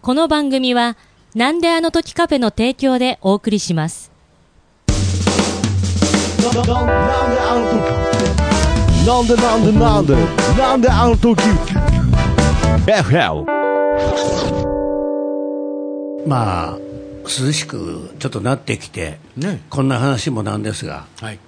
この番組は、なんであの時カフェの提供でお送りします。なんであの時なんでなんでなんでなんであの時 FL まあ涼しくちょっとなってきて、ねこんな話もなんですがはい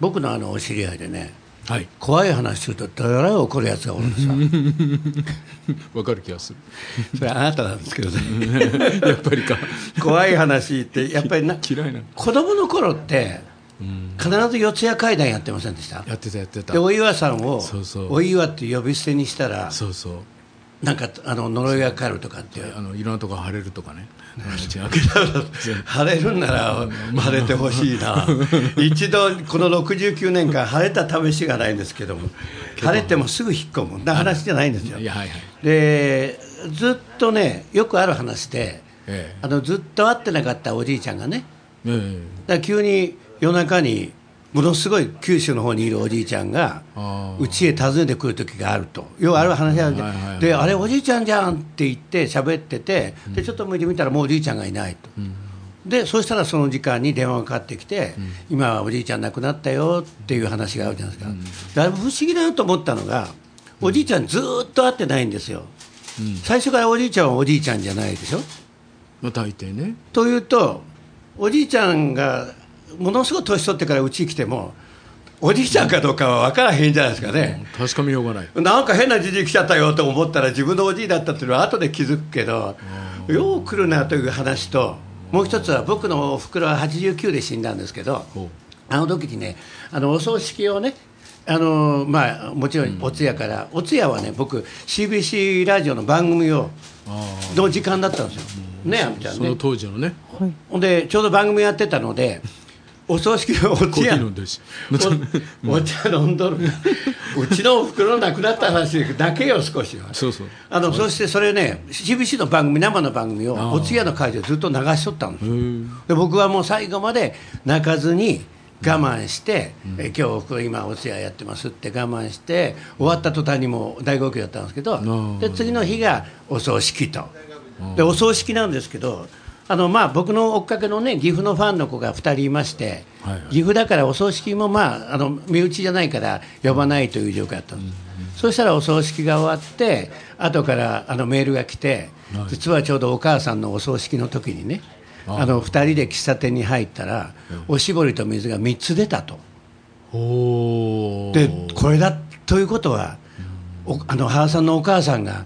僕のあのお知り合いでねはい怖い話するとだらい怒るやつがおるんですよわかる気がする それあなたなんですけどねやっぱりか怖い話ってやっぱりな嫌いな子供の頃って必ず四谷怪談やってませんでしたやってたやってたでお岩さんをそうそうお岩って呼び捨てにしたらそうそうなんかあの呪いがかかるとかっていうあのいろんなとこ晴れるとかね違うけど 晴れるんなら晴れてほしい な一度この69年間晴れた試しがないんですけども晴れてもすぐ引っ込むそんな話じゃないんですよいやはいはいでずっとねよくある話で、ええあのずっと会ってなかったおじいちゃんがねええだから急に夜中にものすごい九州の方にいるおじいちゃんがあーうちへ訪ねてくる時があるとようある話なんで,、はいはいはいであれおじいちゃんじゃんって言って喋っててでちょっと向いてみたらもうおじいちゃんがいないと、でそうしたらその時間に電話がかかってきて、今はおじいちゃん亡くなったよっていう話があるじゃないですか、だいぶ不思議だなと思ったのがおじいちゃんずーっと会ってないんですよ、最初からおじいちゃんはおじいちゃんじゃないでしょ、まあ大抵ねというとおじいちゃんがものすごい年取ってからうちに来てもおじいちゃんかどうかは分からへんじゃないですかね、確かめようがないなんか変なじじい来ちゃったよと思ったら自分のおじいだったっていうのは後で気づくけど、よう来るなという話ともう一つは僕のおふくろは89で死んだんですけどほあの時にねあのお葬式をねあのまあ、もちろんお通夜から、お通夜はね僕 CBC ラジオの番組をの時間だったんですよ、ねあみちゃんそねの当時のねほんでちょうど番組やってたのでお葬式のお茶コーヒ屋ー飲んでるしおお茶飲ん どるうちのおふくろの亡くなった話だけよ少しはそうそうあのそしてそれね CBC の番組生の番組をお通夜の会場でずっと流しとったんですよで僕はもう最後まで泣かずに我慢して、え今日おふくろ今お通夜やってますって我慢して終わった途端にもう大号泣だったんですけどんで次の日がお葬式とでお葬式なんですけどあのまあ僕の追っかけのね岐阜のファンの子が2人いまして、はいはい岐阜だからお葬式も、まあ、あの身内じゃないから呼ばないという状況だったんです、そしたらお葬式が終わって後からあのメールが来て、実はちょうどお母さんのお葬式の時にねあの2人で喫茶店に入ったら、おしぼりと水が3つ出たと。おおでこれだということは、おあの原さんのお母さんが、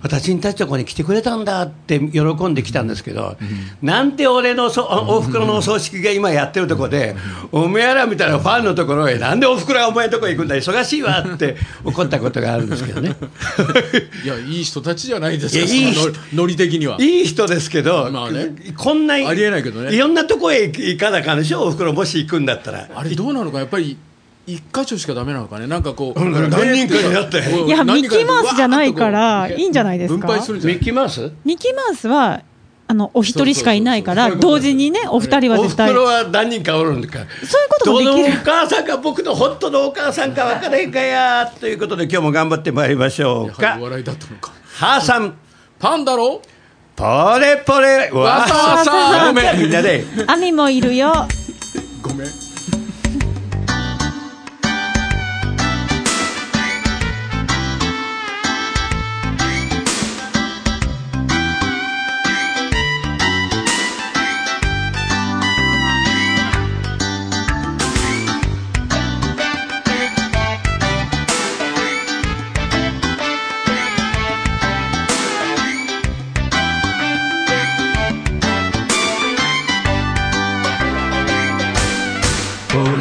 私にたちのとこに来てくれたんだって喜んできたんですけど、なんて俺のそおおふくろのお葬式が今やってるとこで、おめえらみたいなファンのところへ、なんでおふくろがお前のとこ行くんだ、忙しいわって怒ったことがあるんですけど ね。いやいい人たちじゃないですかいやそのいい人ノリノリ的にはいい人ですけど、まあねこんなありえないけどねいろんなとこへ行かなあかんでしょ、おふくろ、もし行くんだったら。あれどうなのかやっぱり一箇所しかダメなのかねなんかこううん何人かになってこういや、ミ何ッ人かにキーマウスじゃないかわーら、っとこういいんじゃないです分か。配するんじゃなミいッキーマウスミッキーマウスは、あの、お一人しかいないから、そうそうそうそう同時にね、お二人はお絶ふ対く。ろは何人かおるんかそういうこともできるどのお母さんが僕の本当のお母さんか分からへんかやということで今日も頑張ってまいりましょうやはかりお笑いだったのかはーさんパンだろポレポレわわささわさごめんみんなで兄もいる よ。ごめんポレポ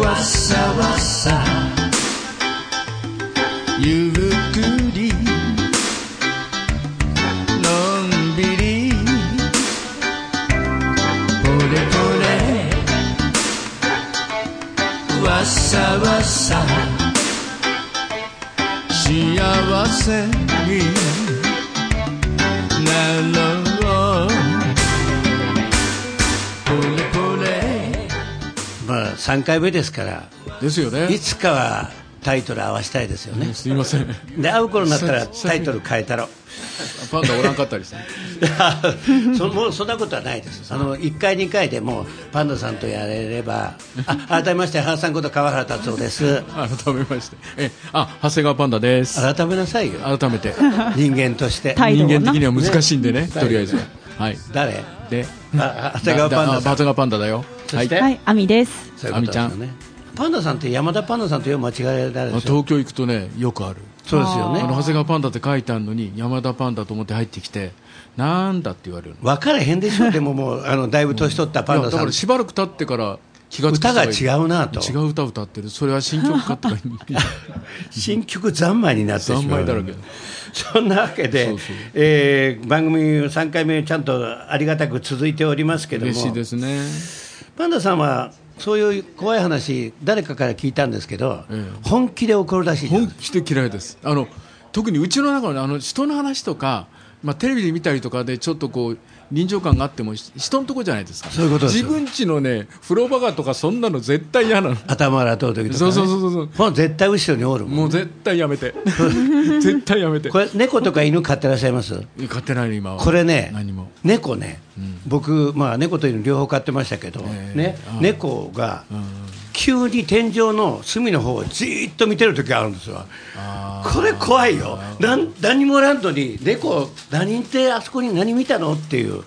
レわさわさゆっくりのんびりポレポレわさわさ幸せになろうまあ3回目ですからですよねいつかはタイトル合わせたいですよね。すいませんで会う頃になったらタイトル変えたろパンダおらんかったりして そもうそんなことはないですあの1回2回でもうパンダさんとやれればあ改めまして原さんこと川原達夫です改めましてえあ長谷川パンダです改めなさいよ改めて 人間として態人度をな間的には難しいんでねとりあえずははい誰 でああ長谷川パンダださあ長ん谷川パンダだよそしてはい、アミです。そういうことですよ亜美ねパンダさんって山田パンダさんとよく間違えられるでしょ東京行くとねよくあるそうですよあのね長谷川パンダって書いてあるのに山田パンダと思って入ってきてなんだって言われるの分からへんでしょでももうあのだいぶ年取ったパンいやダださかんらしばらく経ってから気がつく人歌がいる違うなと違う歌歌ってるそれは新曲かとか 言う新曲三昧になってしまう三昧だらけそんなわけでそうそうえー番組3回目ちゃんとありがたく続いておりますけども嬉しいですねパンダさんはそういう怖い話誰かから聞いたんですけど、え本気で怒るらしいじゃない本気で嫌いですあの特にうちの中のあの人の話とか、まあ、テレビで見たりとかでちょっとこう臨場感があってもし人のとこじゃないですかそういうことですよ自分家のね風呂場がとかそんなの絶対嫌なの頭洗う時とか、ね、そうそうそうそうそうもう絶対後ろにおるもんもう絶対や めて絶対やめてこれ猫とか犬飼ってらっしゃいます買ってないの今はこれね何も猫ね、僕、まあ、猫と犬両方飼ってましたけど、ええねああ猫が急に天井の隅の方をじーっと見てる時があるんですよこれ怖いよなん何もおらんのに猫何ってあそこに何見たのっていう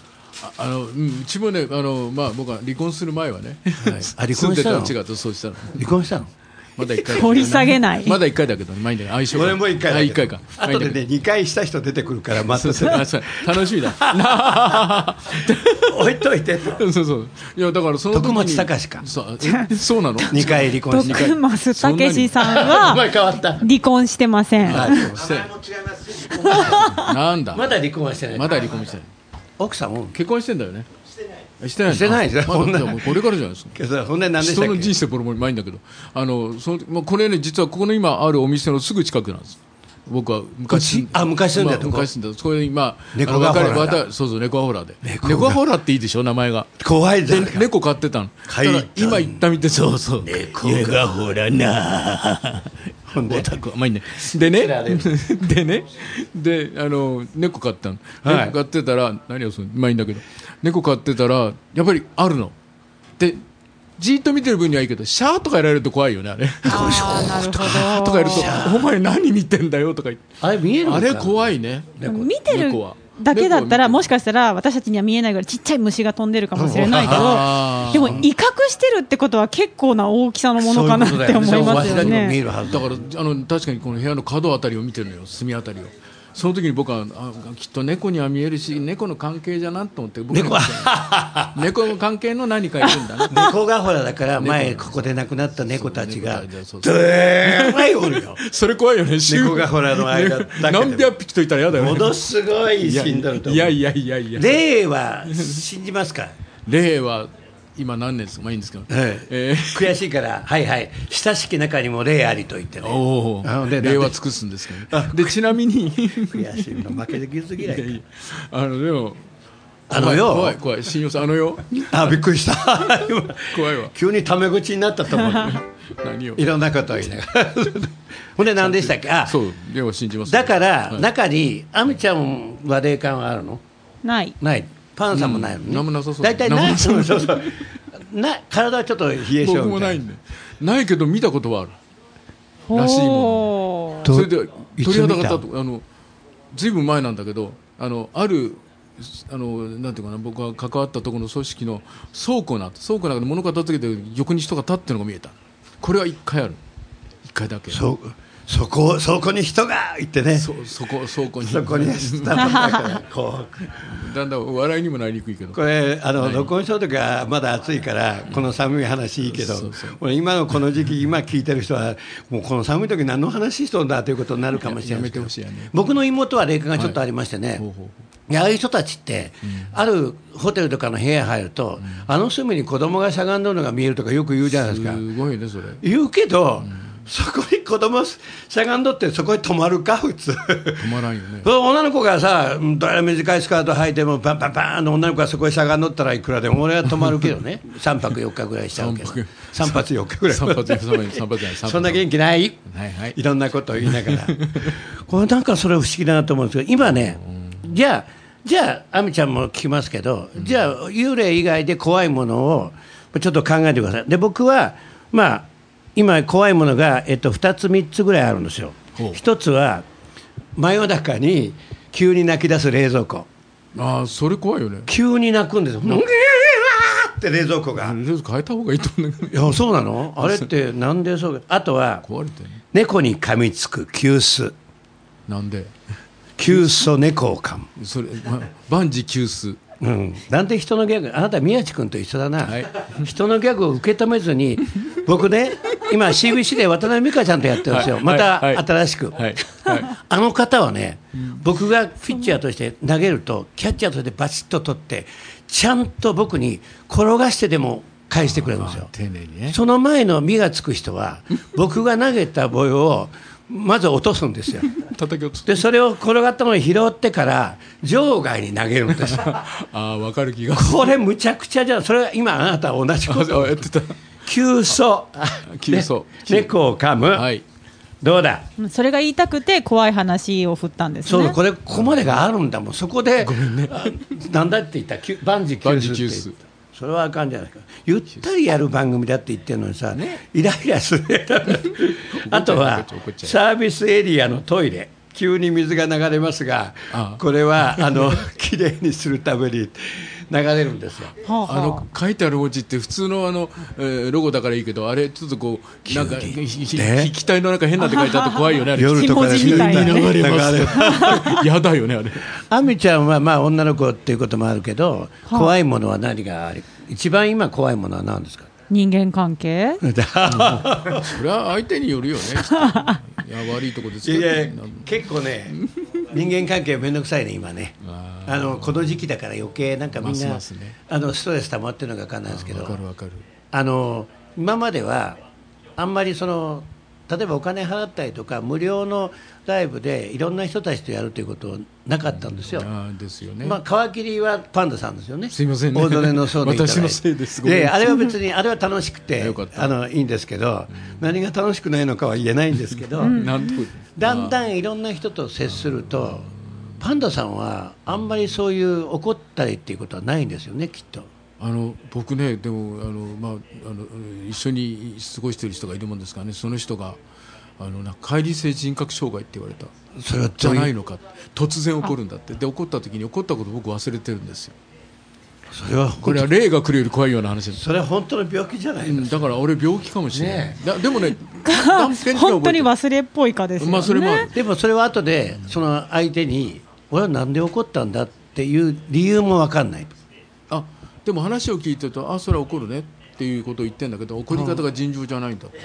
ああのうんうちもねあの、まあ、僕は離婚する前はね、はいあ離婚したの住んでた違うとそうしたの離婚したのまだ一回だけどね掘り下げないまだ一回だけどね毎年相性が俺も一回だあけ一ど回か後で毎ね年2回した人出てくるからまそうたそうあそう楽しみだ 置いといてそうそういやだからその時に徳松隆かそうえそう なの2回離婚して徳松そんなに武史さんお前 は変わった離婚してません。してなんだまだ離婚はしてないまだ離婚してない奥さんも結婚してんだよねしてないしてないあまだそんなじゃあもうこれからじゃないですかけどほんで何でした人っのけ人生ボロボロにないんだけど、あのそのまあ、これね、実はここの今あるお店のすぐ近くなんです。僕は昔うちあ昔住んでたまあとこ昔住んでたそこで今猫あのがほら別れだわたそうそう猫がほらで猫猫ががほらっていいでしょ名前が怖いじゃでん猫飼ってたの飼いたいだから今行ったみてそうそう猫がほらなほんオでタクはまあいいねでねられる でねであの猫飼ったの、はい猫飼ってたら何をするまあいいんだけど猫飼ってたらやっぱりあるのでじーっと見てる分にはいいけどシャーとかやられると怖いよねあれあーなるほどとかやると「お前何見てんだよ」とか言ってあれ見えるのかあれ怖いね見てる猫はだけだ猫をった見てらもしかしたら私たちには見えないぐらいちっちゃい虫が飛んでるかもしれないけ どあーでも威嚇してるってことは結構な大きさのものかなっそうていう思ことだいよねそうますよわしらにも見えね。るはずだからあの確かにこの部屋の角あたりを見てるのよ隅あたりをその時に僕はあきっと猫には見えるし猫の関係じゃなと思って僕猫はは 猫の関係の何かいるんだな猫がほらだから前ここで亡くなった猫たちがそうどえらいおるよ それ怖いよね週猫がほらの間だけでも何百匹といたら嫌だよねものすごい死んどるとい思やういやいやいや霊は信じますか霊は今何年ですかまあいいんですけど、ええー悔しいからはいはい親しき中にも霊ありと言ってねおあおで礼は尽くすんですけどねでちなみに悔しいの負けず傷嫌いあのでもあのよ怖い怖い怖い信用さんあのよあびっくりした今 怖いわ急にタメ口になったと 思う何をいろんなことを言いながら ほんで何でしたっけあそう霊は信じますよだからはい中に亜美ちゃんは霊感はあるのない。ないパンさんもないのね、うんなんもなさそう大体ななんいもなそさそううそうそうな体はちょっと冷え性みたいな僕もないんでないけど見たことはあるらしいほどそれでいつ鳥肌が見た立つあのずいぶん前なんだけどあのあるあのなんていうかな僕が関わったところの組織の倉庫な倉庫の中で物片付けて横に人が立ってるのが見えたこれは一回ある一回だけそそそこそこに人が行ってねそそこ倉庫にこにスタッフだからこだんだん笑いにもなりにくいけどうこれあの、録音した時はまだ暑いからこの寒い話いいけどそうそう俺今のこの時期今聞いてる人はもうこの寒い時何の話しとんだということになるかもしれないですけどやめてほしいよね僕の妹は霊感がちょっとありましてね、ほうほういやああいう人たちって、あるホテルとかの部屋入ると、あの隅に子供がしゃがんどるのが見えるとかよく言うじゃないですかすごいねそれ言うけど、そこに子供しゃがんどってそこに止まるか普通止まらんよねその女の子がさうんどれ短いスカート履いてもパンパンパンの女の子がそこにしゃがんどったらいくらでも俺は止まるけどね3泊4日ぐらいしちゃうけど三泊3発4日ぐらい散髪散髪散髪散髪そんな元気ないはいはいいろんなことを言いながら これなんかそれ不思議だなと思うんですけど今ねじゃあじゃあ亜美ちゃんも聞きますけどじゃあ幽霊以外で怖いものをちょっと考えてくださいで僕はまあ今怖いものが、えっと、2つ3つぐらいあるんですよほう一つは真夜中に急に泣き出す冷蔵庫ああそれ怖いよね急に泣くんですよなんかうわーって冷蔵庫が、冷蔵庫変えた方がいいと思うんだけどいやそうなのあれってなんでそうあとは壊れてる猫に噛みつく急須なんで急須猫を噛む、それま万事休すうん、なんで人のギャグあなた宮地君と一緒だな、はい人のギャグを受け止めず に僕ね今 CBC で渡辺美香ちゃんとやってるんですよ、はいまたはいはい新しく、はいはいあの方はね、僕がピッチャーとして投げると、キャッチャーとしてバチッと取って、ちゃんと僕に転がしてでも返してくれるんですよ。丁寧にねその前の身がつく人は、僕が投げたボールをまず落とすんですよ。叩き落とすで、それを転がったものを拾ってから、場外に投げるん ですよ。ああ分かる気がこれ、むちゃくちゃじゃん、それは今、あなたは同じこ あと。やってた急走、急走ね猫を噛む、はいどうだうんそれが言いたくて怖い話を振ったんですそうね。だこれここまでがあるんだもんそこであなんだって言ったきゅ万事休万事休すすって言ったそれはあかんじゃないかゆったりやる番組だって言ってるのにさ、イライラする あとは怒っちゃうサービスエリアのトイレ急に水が流れますがああこれはあの きれいにするために流れるんです よはあはああの書いてある文字って普通のあの、えーロゴだからいいけどあれちょっとこうなんかひひひね機体の中変なって書いてあって怖いよねあれとかで急に流流れますやだよねあれ亜美ちゃんはまあ女の子っていうこともあるけど、怖いものは何があり一番今怖いものは何 ですか人間関係それは相手によるよねきっといや悪いとこですいけどやいや結構 ね人間関係めんどくさいね今ねああのこの時期だから余計なんかみんな、ますますねあのストレス溜まってるのが分かんないですけど分かる分かるあの今まではあんまりその例えばお金払ったりとか無料のライブでいろんな人たちとやるということなかったんですよ。あーですよね、まあ、皮切りはパンダさんですよね。すいませんね大曽根の層でいただいて。私のせいですごめんで、あれは別に、あれは楽しくて よかっ、たあの、いいんですけど、何が楽しくないのかは言えないんですけど、なんとだんだんいろんな人と接すると、パンダさんはあんまりそういう怒ったりっていうことはないんですよね、きっと。あの僕ねでもあの、まあ、あの一緒に過ごしている人がいるもんですからねその人があのなんか乖離性人格障害って言われたそれはじどゃういうないのか突然起こるんだってで怒った時に怒ったこと僕忘れてるんですよそれは、これは霊が来るより怖いような話ですそれは本当の病気じゃないうんですか。だから俺病気かもしれない、ねだでも ね断片的は覚えてる本当に忘れっぽいかですよね。まあそれもあるでもそれは後で、その相手に、俺はなんで怒ったんだっていう理由もわかんない。あでも話を聞いてるとあそれは怒るねっていうことを言ってんだけど怒り方が尋常じゃないんだって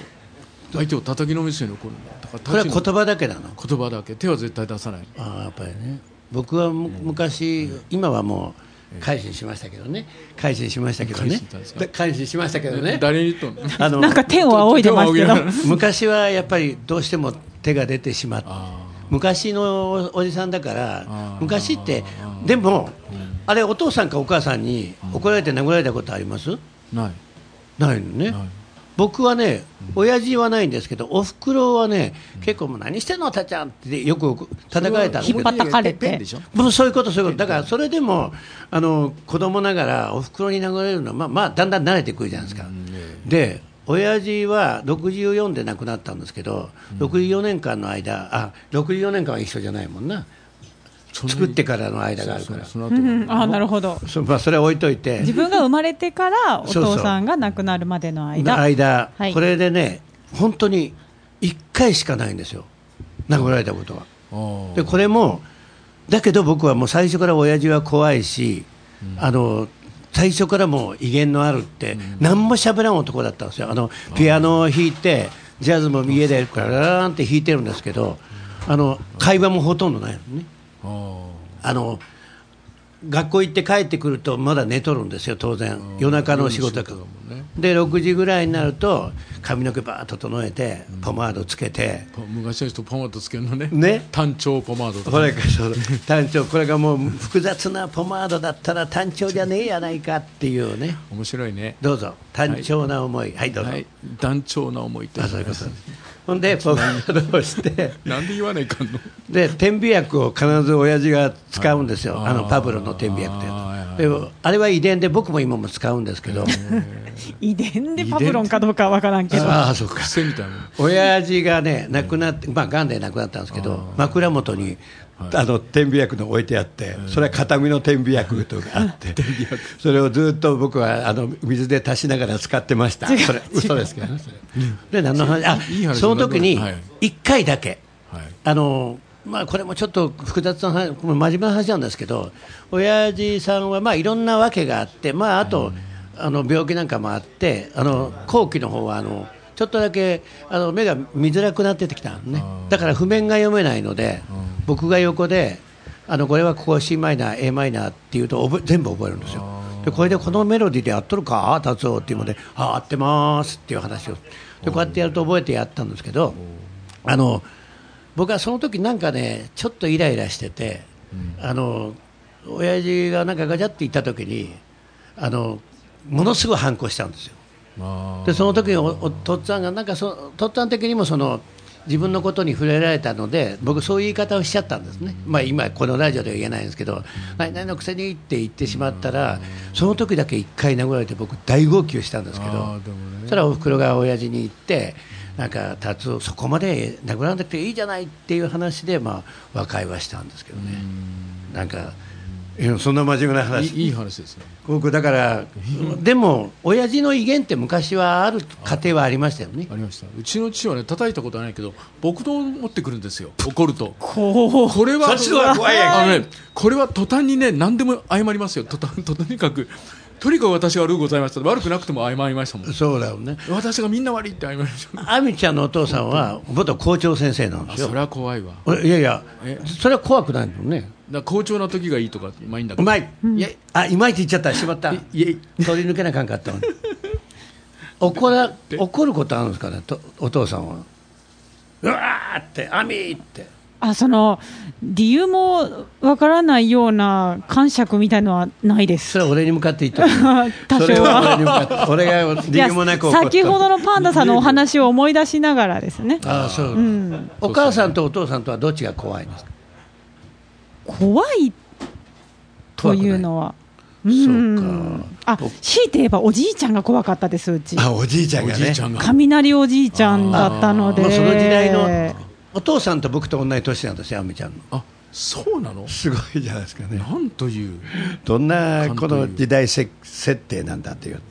相手を叩きのめすように怒るんだだからそれは立ち言の葉だけなの。言葉だけ手は絶対出さないああやっぱりね僕はむ昔、今はもう改心しましたけどね改心しましたけどね改心したんですかだ改心しましたけどね誰に言っとんのあのなんか天を仰いでますけ手をど仰ぎ。ながら昔はやっぱりどうしても手が出てしまってあ昔のおじさんだからあー昔ってでも、あれお父さんかお母さんに怒られて殴られたことあります、ー ないないのね、ない僕はね、親父はないんですけど、おふくろはね、結構、もう何してんの、たちゃんってよく叩かれたんですけ引どっ張ったかれてペンでしょもうそういうこと、そういうこと、だからそれでもあの子供ながらおふくろに殴れるのは、まあまあ、だんだん慣れてくるじゃないですか。で親父は64で亡くなったんですけど、64年間の間、あ64年間は一緒じゃないもんな、そんなに作ってからの間があるから、そそううその後んああなるほど。まあ、それは置いといて、自分が生まれてからおそうそう父さんが亡くなるまでの間。の間、はいこれでね、本当に1回しかないんですよ、殴られたことは。あーでこれもだけど僕はもう最初から親父は怖いし、あの最初からもう威厳のあるって、何も喋らん男だったんですよあのピアノを弾いてジャズも家でラララーンって弾いてるんですけどあの会話もほとんどないのねああの学校行って帰ってくるとまだ寝とるんですよ当然夜中の仕事だから夜の仕事だもんねで6時ぐらいになると髪の毛ばーっと整えてポマードつけて、パ昔の人ポマードつけるのねね単調ポマードとこかれがそう単調これがもう複雑なポマードだったら単調じゃねえやないかっていうね面白いねどうぞ単調な思いはい、どうぞ、はい単調な思いってあそういうことほんでポマードをしてなんで言わないかんので点鼻薬を必ず親父が使うんですよ、はいあのパブロの点鼻薬ってやつあーでもあれは遺伝で僕も今も使うんですけ ど、遺伝でパブロンかどうかは分からんけど。ああそうか癖みた いな親父がね亡くなってまあ癌で亡くなったんですけど枕元にあの点鼻薬の置いてあってそれは片身の点鼻薬とかあって それをずっと僕はあの水で足しながら使ってましたそれ嘘ですけどねそれで何の話あいい話その時にはい1回だけはいあのまあ、これもちょっと複雑な話、これ真面目な話なんですけど、親父さんはまあいろんなわけがあって、まあ、あと、あの病気なんかもあって、あの後期の方はあのちょっとだけあの目が見づらくなってきたのね、だから譜面が読めないので、僕が横で、あのこれはここ C マイナー、A マイナーっていうと覚え全部覚えるんですよ。でこれでこのメロディーでやっとるか、ああ、達夫っていうので、ああ、合ってますっていう話を、でこうやってやると覚えてやったんですけど、あの僕はその時なんかねちょっとイライラしてて、あの親父がなんかガチャって言った時にあのものすごい反抗したんですよまあでその時におおとっつぁんがなんかそとっつぁん的にもその自分のことに触れられたので僕そういう言い方をしちゃったんですね、まあ、今このラジオでは言えないんですけど「何々のくせに」って言ってしまったらその時だけ一回殴られて僕大号泣したんですけあどーでもねそしたらおふくろが親父に言ってなんか達夫そこまで殴らなくていいじゃないっていう話で、まあ、和解はしたんですけどねなんかいやそんな真面目ない話いいい話ですね僕だからでも親父の威厳って昔はある家庭はありましたよねありましたうちの父はね叩いたことはないけど木刀を持ってくるんですよ怒るとこうこれはそっちの方が怖いやんあのねこれは途端にね何でも謝りますよ途端ととにかくとにかく私が悪くございました悪くなくても謝りましたもんそうだよね私がみんな悪いって謝りました亜美ちゃんのお父さんは元校長先生なんですそよれは怖いわだかいやいやえそれは怖くないのねら好調な時がいいとかまあいいんだうけどまい、いやあいまいち言っちゃったしまった取り抜けなあかんかったわ怒ら怒ることあるんですかねとお父さんはうわーって亜美ってあその理由もわからないような感触みたいのはないでそす。れは俺に向かって言ったの 多それ少は俺はに向かって俺が理由もなく怒いっやた先ほどのパンダさんのお話を思い出しながらですね。ああそう、お母さんとお父さんとはどっちが怖いんですか怖いというのは。うんあ強いて言えばおじいちゃんが怖かったですうちあおじいちゃんおがじねいちゃんが雷おじいちゃんだったのでもうその時代のお父さんと僕と同じ年なんですよ亜美ちゃんのあそうなのすごいじゃないですかねなんというどんなこの時代せ設定なんだという、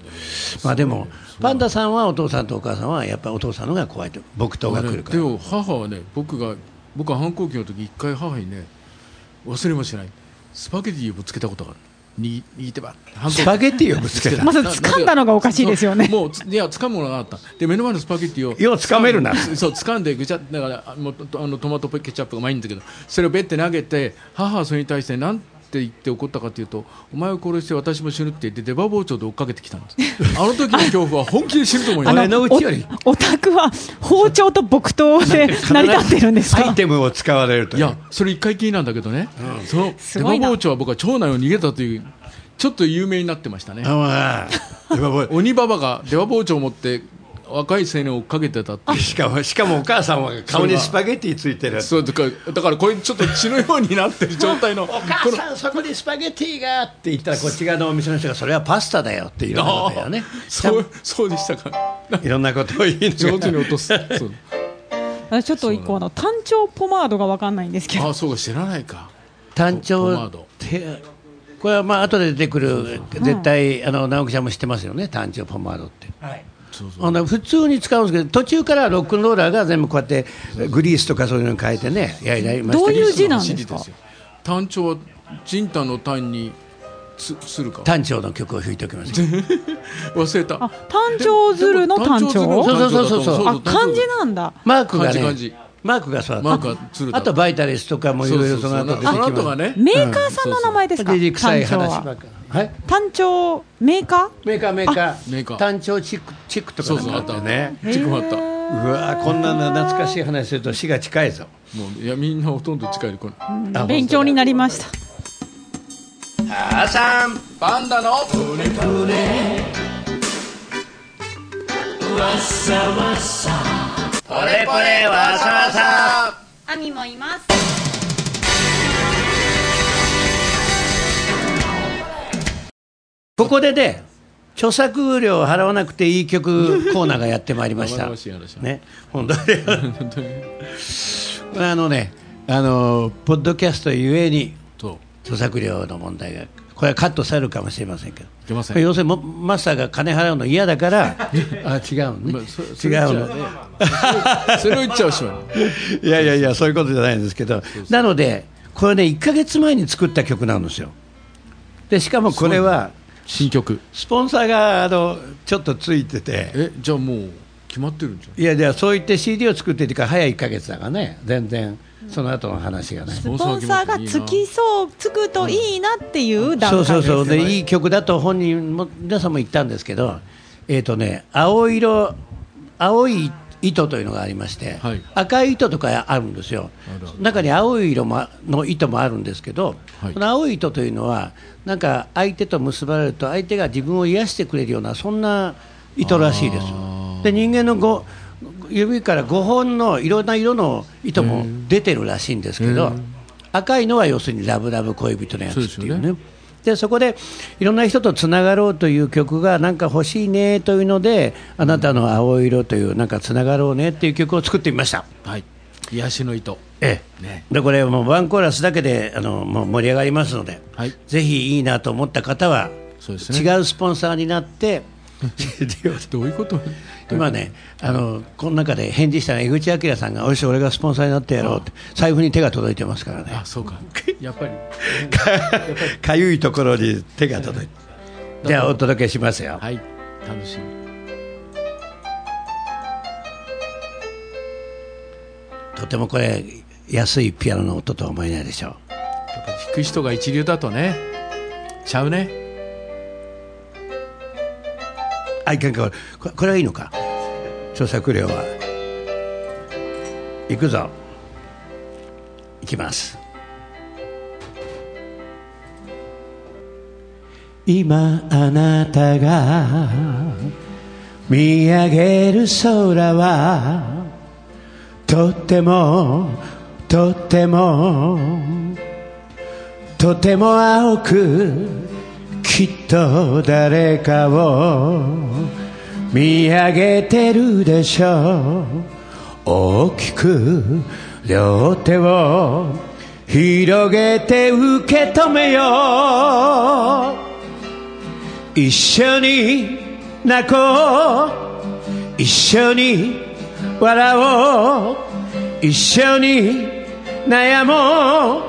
まあ、でも、パンダさんはお父さんとお母さんはやっぱりお父さんの方が怖いと、僕とが来るかでら、も母はね僕が僕は反抗期の時一回母にね忘れもしないスパゲティをぶつけたことがあるに握ってば反抗期スパゲティをぶつけた、まず掴んだのがおかしいですよねもうついや掴むものがあったで目の前のスパゲッティをよう掴めるなそう掴んでぐちゃだからあもうとあのトマトペケチャップがうまいんだけどそれをベッて投げて母はそれに対して何て言って怒ったかというとお前を殺して私も死ぬって言って出刃包丁で追っかけてきたんですあの時の恐怖は本気で死ぬと思いまあすの俺のうちよりおお宅は包丁と木刀で成り立ってるんですアイかテムを使われるといいうやそれ一回きりなんだけどね、そのす出ごい刃な包丁は僕は町内を逃げたというちょっと有名になってましたねああやばい鬼ババが出刃包丁を持って若い青年を追っかけてたっていうしかもしかもお母さんは顔にスパゲティついてるそうだからだからこれちょっと血のようになってる状 態のお母さん、そこにスパゲティがって言ったら、こっち側のお店の人が、それはパスタだよっていろんなことやね、 そうそうでしたかいろんなことを言いな上が手らに 落とすそうあちょっと一個あの単調ポマードが分かんないんですけどあそうか知らないか単ポマ調ードてこれはまあ後で出てくる、絶対、あの直樹ちゃんも知ってますよね、単調ポマードって。そうそうあの普通に使うんですけど途中からロックンローラーが全部こうやってグリースとかそういうのに変えてねやりやりましたどうけいう字なん指で示すでかすよ単調は人単の単につするか単調の曲を弾いておきました忘れたあ単調鶴の単でも調単調鶴の単調だと思あ単調漢字なんだマークが漢字漢ね字マークがそうだマークは鶴田あとバイタリスとかもいろいろその後出てきそのます後がねメーカーさんの名前ですか、でで臭い単調話ばっはかはい単調メーカーメーカーメーカーメーカー単調チックチックとかそうなんそうかああっったたよねチックもあったもうわーこんなの懐かしい話すると死が近いぞういやみんなほとんど近いこれあ勉強になりました母さんパンダのポレポレわさわさアミもいますここでね著作料を払わなくていい曲コーナーがやってまいりました生々しい話だね本当にあのねあのポッドキャストゆえにと著作料の問題がこれはカットされるかもしれませんけどいけません要するにもマスターが金払うの嫌だからあ違うのね、まあそそ違れう言っの ちゃうねそれを言っちゃうしまいいやいやいやそういうことじゃないんですけどなのでこれね1か月前に作った曲なんですよでしかもこれは新曲スポンサーがあのちょっとついててえじゃあもう決まってるんじゃんいやじゃあそう言って CD を作ってっていうから早い1か月だからね全然その後の話がねスポンサーがつきそうつくといいなっていう段階そうですそうそうでいい曲だと本人も皆さんも言ったんですけどえっ、とね青色青い糸というのがありまして、はい赤い糸とかあるんですよあるある中に青い色もの糸もあるんですけど、はいこの青い糸というのはなんか相手と結ばれると相手が自分を癒してくれるようなそんな糸らしいですあーで人間のご指から5本のいろんな色の糸も出てるらしいんですけへどー赤いのは要するにラブラブ恋人のやつっていうそうですねよねでそこでいろんな人とつながろうという曲がなんか欲しいねというのであなたの青色というなんかつながろうねっていう曲を作ってみました。はい癒しの糸ええねでこれもうワンコーラスだけであのもう盛り上がりますので、はいぜひいいなと思った方は、そうですね違うスポンサーになって。どういうこと今ね、あのこの中で返事したら江口明さんが、おいし、俺がスポンサーになってやろうって、財布に手が届いてますからねあ、そうかやっぱり か ゆいところに手が届いて、 じゃあお届けしますよ。はい楽しみとてもこれ、安いピアノの音とは思えないでしょう。やっぱ弾く人が一流だとねちゃうねあ、いかんか、ここれはいいのか、著作料は。いくぞ、いきます。今あなたが見上げる空はとってもとってもとても青くきっと誰かを見上げてるでしょう大きく両手を広げて受け止めよう一緒に泣こう一緒に笑おう一緒に悩もう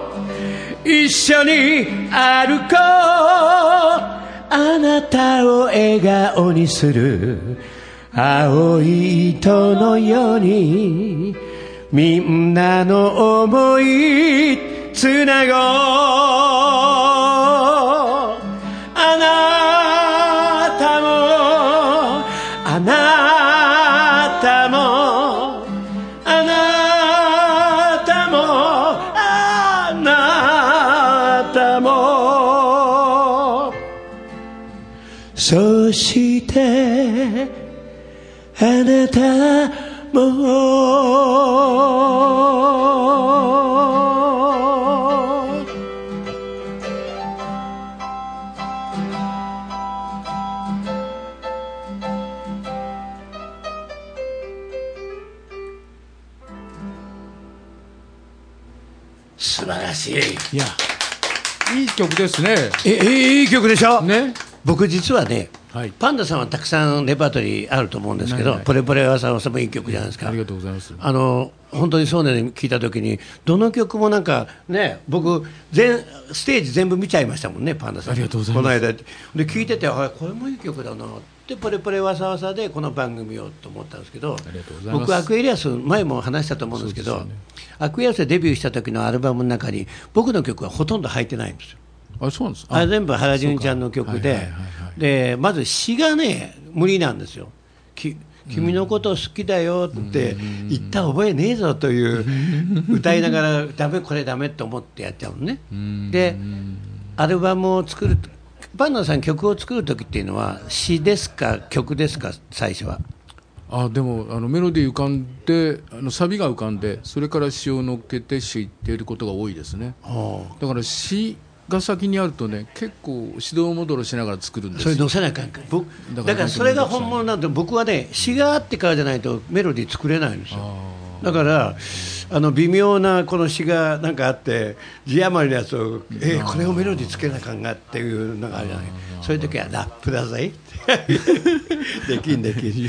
一緒に歩こうあなたを笑顔にする青い糸のようにみんなの思いつなごうあなたもあなたもあなたもあなたもそしてあなたも素晴らしいいやいい曲ですねええいい曲でしょね僕実はね、はいパンダさんはたくさんレパートリーあると思うんですけないど「ないポレポレはさんはさもいい曲じゃないですかありがとうございますあの本当にそうね聞いた時にどの曲もなんかね僕全ステージ全部見ちゃいましたもんねパンダさんありがとうございますこの間で聞いててあこれもいい曲だなでポレポレわさわさでこの番組をと思ったんですけどりがとうございます僕アクエリアス前も話したと思うんですけどそうですよねアクエリアスでデビューした時のアルバムの中に僕の曲はほとんど入ってないんですよあそうなんですあれ全部原純ちゃんの曲で、そうかはいはいはいはいでまず詩がね無理なんですよき君のこと好きだよって言った覚えねえぞという歌いながらダメこれダメと思ってやっちゃうのねでアルバムを作るバンナさん曲を作る時っていうのは詩ですか曲ですか最初はあでもあのメロディー浮かんであのサビが浮かんでそれから詩を乗っけて詩言っていることが多いですねだから詩が先にあるとね結構指導戻ろしながら作るんですそれよ載せなきゃいけない僕だからだからそれが本物なんで僕はね詩があってからじゃないとメロディー作れないんですよだからあの微妙なこの詩がなんかあって字余りのやつをえーこれをメロディーつけなあかんがっていうのがあるじゃないそういう時はラップだぜ できんできん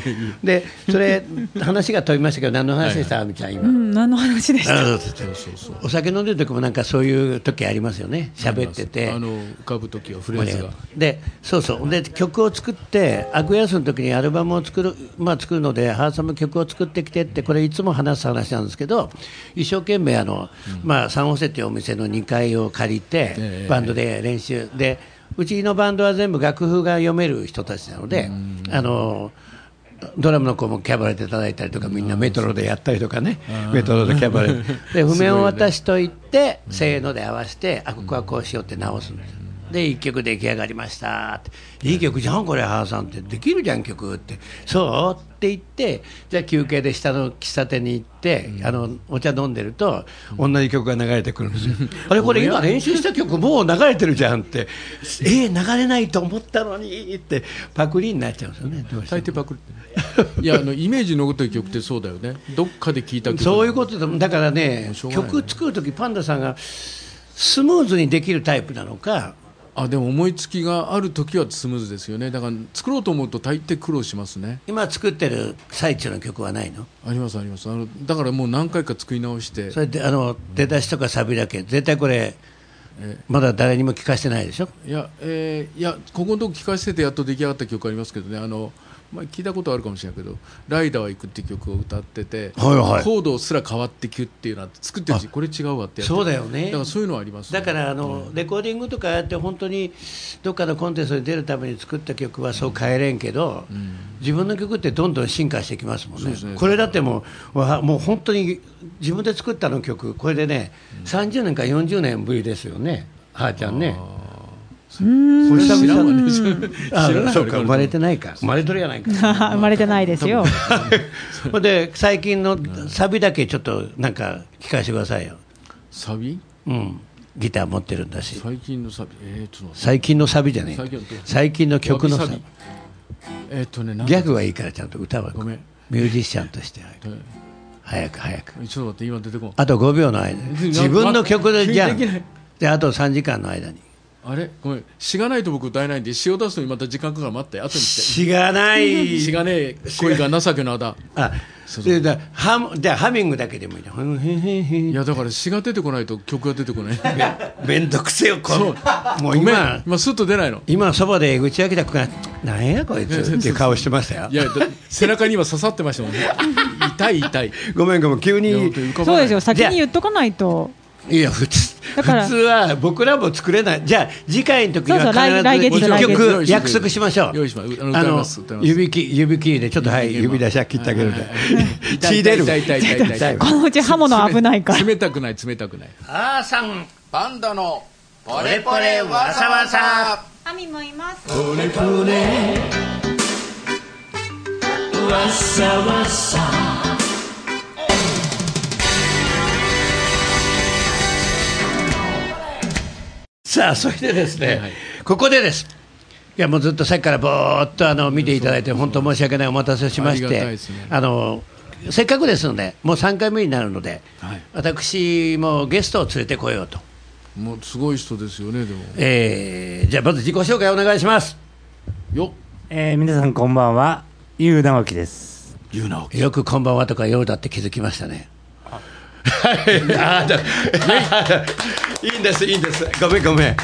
でそれ話が飛びましたけど何の話でした亜美ちゃんう今 ん、何の話でした。そうそうそうお酒飲んでる時もなんかそういう時ありますよね喋っててあの浮かぶ時はフレーズがでそうそうで曲を作ってアクエアスの時にアルバムを作る,、まあ、作るので原さんも曲を作ってきてってこれいつも話す話なんですけど一生懸命あの、まあ、サンホセっていうお店の2階を借りて、ええバンドで練習でうちのバンドは全部楽譜が読める人たちなので。あのドラムの子もキャバレーで叩いたりとかみんなメトロでやったりとかねメトロでキャバレ ーでで譜面を渡しといてせーので合わせてあここはこうしようって直すんですで1曲出来上がりましたっていい曲じゃんこれ原さんってできるじゃん曲ってそうって言ってじゃあ休憩で下の喫茶店に行ってあのお茶飲んでると同じ曲が流れてくるんですよあれこれ今練習した曲もう流れてるじゃんってえー、流れないと思ったのにってパクリになっちゃうんですよねどうしても大抵パクっていやあのイメージに残ってる曲ってそうだよねどっかで聞いた曲そういうことだだからねしょうがないね曲作る時パンダさんがスムーズにできるタイプなのかあでも思いつきがある時はスムーズですよねだから作ろうと思うと大抵苦労しますね今作ってる最中の曲はないのありますありますあのだからもう何回か作り直してそれであの出だしとかサビだけ絶対これまだ誰にも聞かせてないでしょいや、えーいや、ここのとこ聞かせててやっと出来上がった曲ありますけどね、あの、まあ、聞いたことあるかもしれないけど、ライダーは行くって曲を歌ってて、はいはいコードすら変わってきゅっていうのは作ってるうちにこれ違うわってやってそうだよねだからそういうのはあります、だからあのレコーディングとかやって本当にどっかのコンテストに出るために作った曲はそう変えれんけど、自分の曲ってどんどん進化してきますもんそうねですねこれだってもうわもう本当に自分で作ったの曲これでね、30年か40年ぶりですよねはーちゃんね。これ久知らんわ々ね、知らあないわねそうかこれ生まれてないか生まれとるやないか生まれてないですよ。 ほんで最近のサビだけちょっとなんか聞かせてくださいよ、サビうん、ギター持ってるんだし最近のサビ、えー、ちょっと待って最近のサビじゃねえ最近のど最う近の曲のサわびビサえーっとね、なんだギャグはいいからちゃんと歌はごめんミュージシャンとしてえー早く早くちょっと待って、今出てこん。あと5秒の間な自分の曲でじゃでんきないであと3時間の間にあれごめん、詩がないと僕歌えないんで、詩を出すのにまた時間かかる待って、後にして。しがない詩がねえ、恋が情けのあだ。あでだハムじゃあハミングだけでもいいじゃんいやだから詩が出てこないと曲が出てこない。めんどくせえよこそのう もごうめん今、今スッと出ないの。今そばで江口明君が「なんやこいつ」っていう顔してましたよいやだ背中に今刺さってましたもんね。痛い痛い。ごめんごめん急いやに本当に浮かばそうないですよ。先に言っとかないと。いや普通だから普通は僕らも作れないじゃあ次回の時にそうそう来は来必月ず来月曲約束しましょう用意しますあの歌います歌います指切り指切りでちょっとはい指出しは切ったけどね血出る痛い痛い痛い痛い痛いこのうち刃物危ないから。冷たくない冷たくない。あーさんバンドのポレポレわさわささあそれでですね、はいここでですいやもうずっとさっきからぼーっとあの見ていただいて本当申し訳ないお待たせしましありがてたいですねあのせっかくですのでもう3回目になるので、はい私もゲストを連れてこようと、もうすごい人ですよねでも。えーじゃあまず自己紹介お願いしますよえー、皆さんこんばんは、ゆうなおきです。言うな。よくこんばんはとかようだって気づきましたね。はい、あーだいいんです、いいんです、ごめん、ごめん。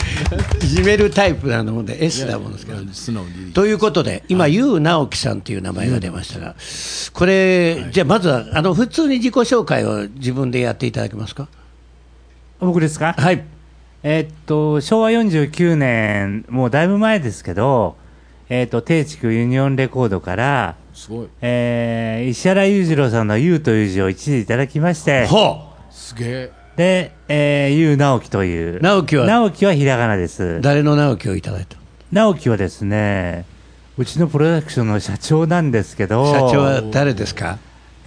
いじめるタイプなので S だもんですけど。素直にということで、今、ゆうなおきさんという名前が出ましたが、これ、じゃあ、まずはあの普通に自己紹介を自分でやっていただけますか。僕ですかはい、えっと、昭和49年、もうだいぶ前ですけど、えっと、定畜ユニオンレコードから、すごいえー、石原裕次郎さんの「優」という字を一時いただきましてほすげえで「えー、優直樹」という直樹は直樹はひらがなでうす誰の直樹をいただいた直樹はですねうちのプロダクションの社長なんですけど社長は誰ですか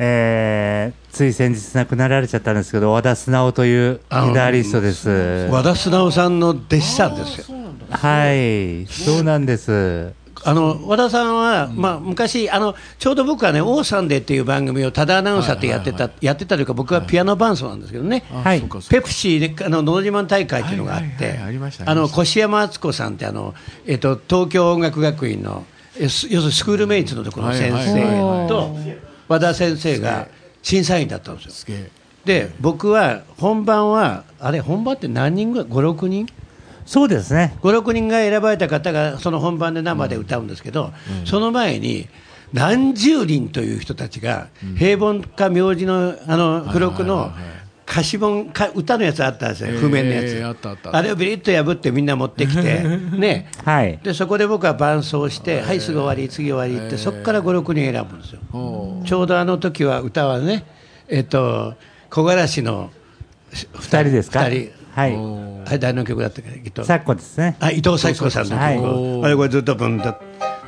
えー、つい先日亡くなられちゃったんですけど和田素直というギあタリストです和田素直さんの弟子さんですよ。はいそうなんですあの和田さんは、まあ、昔あの、ちょうど僕はね、オーサンデーっていう番組をただアナウンサーってやってた、やってたというか、僕はピアノ伴奏なんですけどね、はいそうかそうかペプシーであのノージマン大会っていうのがあっはいはていはいありましたああのりました越山敦子さんってあの、えっと東京音楽学院のえす要するにスクールメイツのところの先はいは生いと和田先生が審査員だったんですよ。すげえで僕は本番はあれ本番って何人ぐらい56人そうですね56人が選ばれた方がその本番で生で歌うんですけど、その前に何十人という人たちが平凡か名字のあの付録はいのはいはいはい歌詞本か歌のやつあったんですよ譜面のやつ、えーあったあったあれをビリッと破ってみんな持ってきて ねはいでそこで僕は伴奏して、はい、すぐ終わり、次終わりって、そこから5、6人選ぶんですよ。おちょうどあの時は歌はね、えっと、木枯らしの2人ですか二人はいあれ誰の曲だったっけ、きっと。昨今ですねあ伊藤咲子さんのはい曲を、あれこれずっと分だ。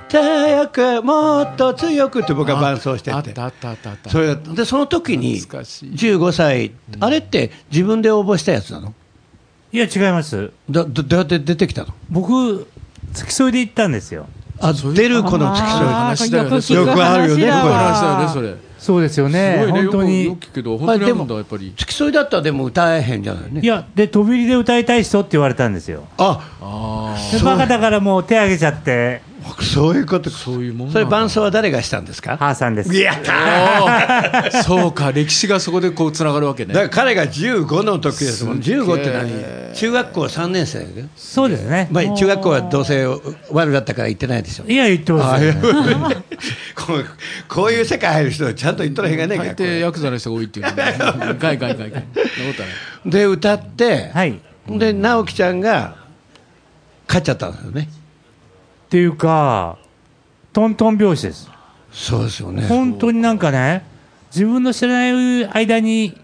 強く、もっと強くって僕は伴奏してあってた。あったあったあったそれだったでその時に懐かしい15歳、あれって自分で応募したやつなのいや違いますだどどうやって出てきたの僕付き添いで行ったんですよあ出る子の付き添いあ話だよねーよく聞く話よくあるよねだすごい話だよわねそれそうですよねすごいね本当よにくよく聞くけど本当にあるんだやっぱり付き添いだったらでも歌えへんじゃないねいやで飛び入りで歌いたい人って言われたんですよああでバカだからもう手挙げちゃってそういうことそういうもんなんだそれ伴奏は誰がしたんですかハーさんですやったーあそうか歴史がそこでこうつながるわけねだから彼が15の時ですもんすっげー15って何中学校3年生だけど、そうですねまあ、中学校はどうせ悪だったから行ってないでしょいや言ってますよ、こうこういう世界入る人ちゃんと言っとらへんがね大えか抵ヤクザの人が多いっていうのねガイガイガイガイそんなことはないで歌って、はいで直樹ちゃんが勝っちゃったんですよねっていうかトントン拍子ですそうですよね本当になんかね自分の知らない間に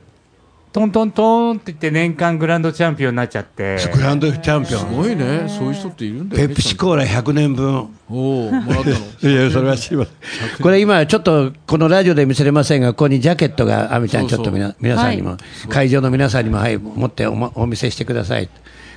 トントントンって言って年間グランドチャンピオンになっちゃってグランドチャンピオすンごいねそういう人っているんだよペねプシコーラ100年分おおもらったのいやそれは知りませんこれ今ちょっとこのラジオで見せれませんがここにジャケットが亜美ちゃんちそょうそっとうみな皆さんにも会場の皆さんにもはい持ってお,、ま、お見せしてください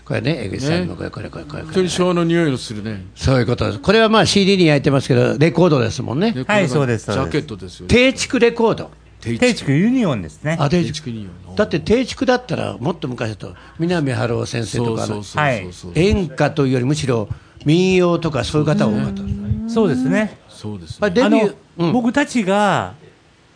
これね江口さんにもこれこれこれこれこ本れ、当に昭和の匂いのするねそういうことですこれはまあ CD に焼いてますけどレコードですもんねではこれがいそうですジそうですャケットですよ定畜レコード定畜ユニオンですねあ定定畜畜によのだって定畜だったらもっと昔だと南春夫先生そとうかそうのそうそうそう演歌というよりむしろ民謡とかそういう方が多かったですねそうですねそうですまあねデビあュのー、うん僕たちが、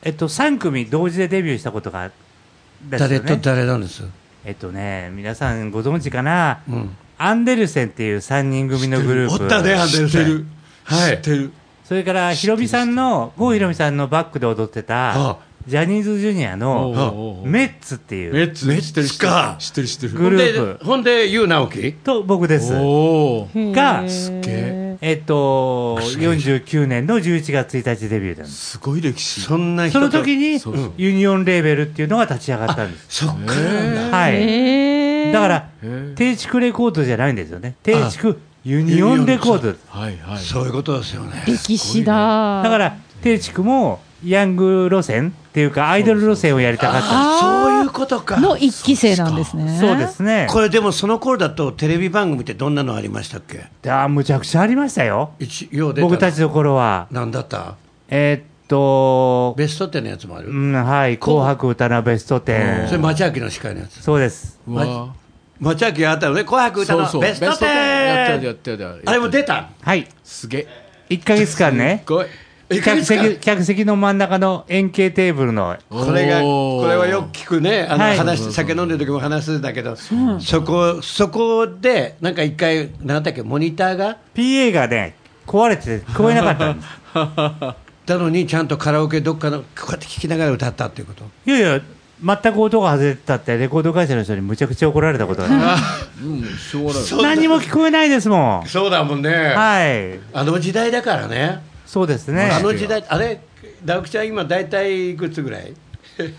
えっと、3組同時でデビューしたことがですよ誰とね誰なんですえっとね皆さんご存知かな、んアンデルセンっていう3人組のグループハンデルセン知ってるはい知ってるそれからヒロミさんの郷ひろみさんのバックで踊ってあたジャニーズジュニアのおうおうおうメッツってメいうッツね知ってる知ってるか知ってる知ってるグループほんで優直樹と僕ですおおが、げえっと、49年の11月1日デビューなんですすごい歴史そんな人そとの時にそうそうユニオンレーベルっていうのが立ち上がったんですそっかはい、えーだからへー定畜レコードじゃないんですよね定畜ユニオンレコードだはいはいそういうことですよね歴史だか、ら定畜もヤング路線っていうかアイドル路線をやりたかったあーそういうことかの一期生なんですね。そうですねこれでもその頃だとテレビ番組ってどんなのありましたっけあーむちゃくちゃありましたよ一よう出たの僕たちの頃はなんだったえーっとベストテンのやつもある、うんはい「紅白歌のベストそれ10町明の司会のやつ」そうですうわ町明あったのね「紅白歌そうそのうベストやったやったやテンったやった」あれも出たはいすげえ1か月間ねすごいえ客いく席つ客席の真ん中の円形テーブルのこれがおーこれはよく聞くねあのはい話、酒飲んでる時も話すんだけど、そこそこでなんか一回なんだっけモニター が PA がね壊れてて聞こえなか ったんですなのにちゃんとカラオケどっかのこうやって聞きながら歌ったっていうこといやいや全く音が外れてたってレコード会社の人にむちゃくちゃ怒られた ことがあうんしょうがないる何も聞こえないですも んそうだもんね、はいあの時代だからねそうですねあの時代あれダクちゃん今大体いくつぐらい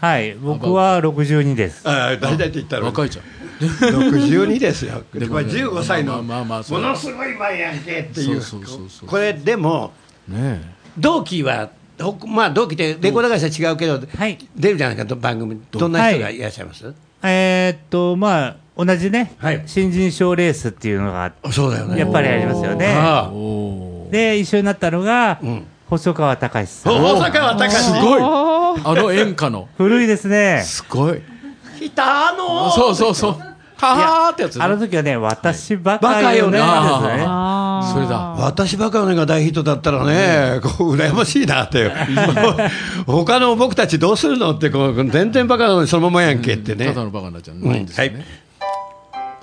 はい僕は62ですああ大体って言ったら若いじゃん62ですよ、でもまあ、15歳のまあまあまあそもうのすごい前やんけっていうそうそうそうそうこれでもね同期はほまあ同期ってレコード会社違うけど、はい出るじゃないかと番組どんな人がいらっしゃいます、えーっとまあ同じね、はい新人賞レースっていうのがあってそうだよねやっぱりありますよねあえあおーで一緒になったのが、ん細川隆さん大阪は高す橋ごいあの演歌の古いですねすごい来たのそうそうそうははーってやつねあの時はね私ばかりよねバカよねですねあーそれだ私ばかりが大ヒットだったらね、こう羨ましいなって、他の僕たちどうするのってこう、全然バカなのにそのままやんけってね、ただのバカになっちゃうないんですよね、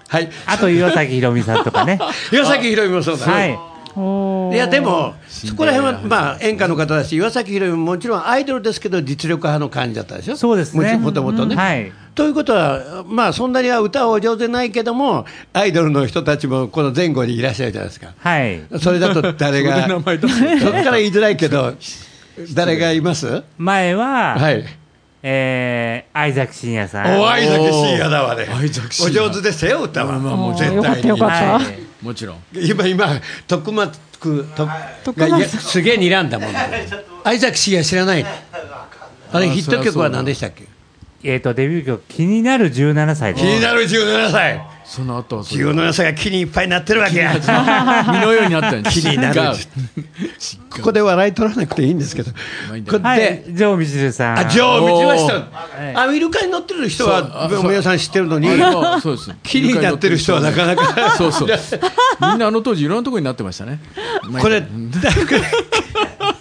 はい、あと岩崎宏美さんとかね岩崎宏美もそうだ、はいね。おーいやでも、んだそこら辺はまあ演歌の方だし、岩崎宏美ももちろんアイドルですけど、実力派の感じだったでしょ、そうですねもともとね。はいということは、まあ、そんなには歌はお上手ないけども、アイドルの人たちもこの前後にいらっしゃるじゃないですか、はいそれだと誰 それが、で名前出すそこから言いづらいけ ど、誰がいます前は、はい。えー、相崎真也さんおは愛崎深也だわね。愛崎お真也上手ですよ、歌は。まあももうう絶対によかったよかったいもちろん今、今、徳松区、と徳が松いやすげえ睨んだもんね。愛崎深也知らない。あれ、あヒット曲そりゃそはうだ何でしたっけえー、とデビュー曲「気になる17歳」気になる17歳。その後はそれ17歳が木にいっぱいなってるわけや。身のようになったんで気になるここで笑い取らなくていいんですけど。こまいんだこよはでい、ジョー・ミチルさんあ、ジョー・道橋さいん。あ、イルカに乗ってる人は、そうあそう皆さん知ってるのに、そうです気になってる人はなかなか。そうそうみんなあの当時いろんなところになってましたね これ、まあだいぶ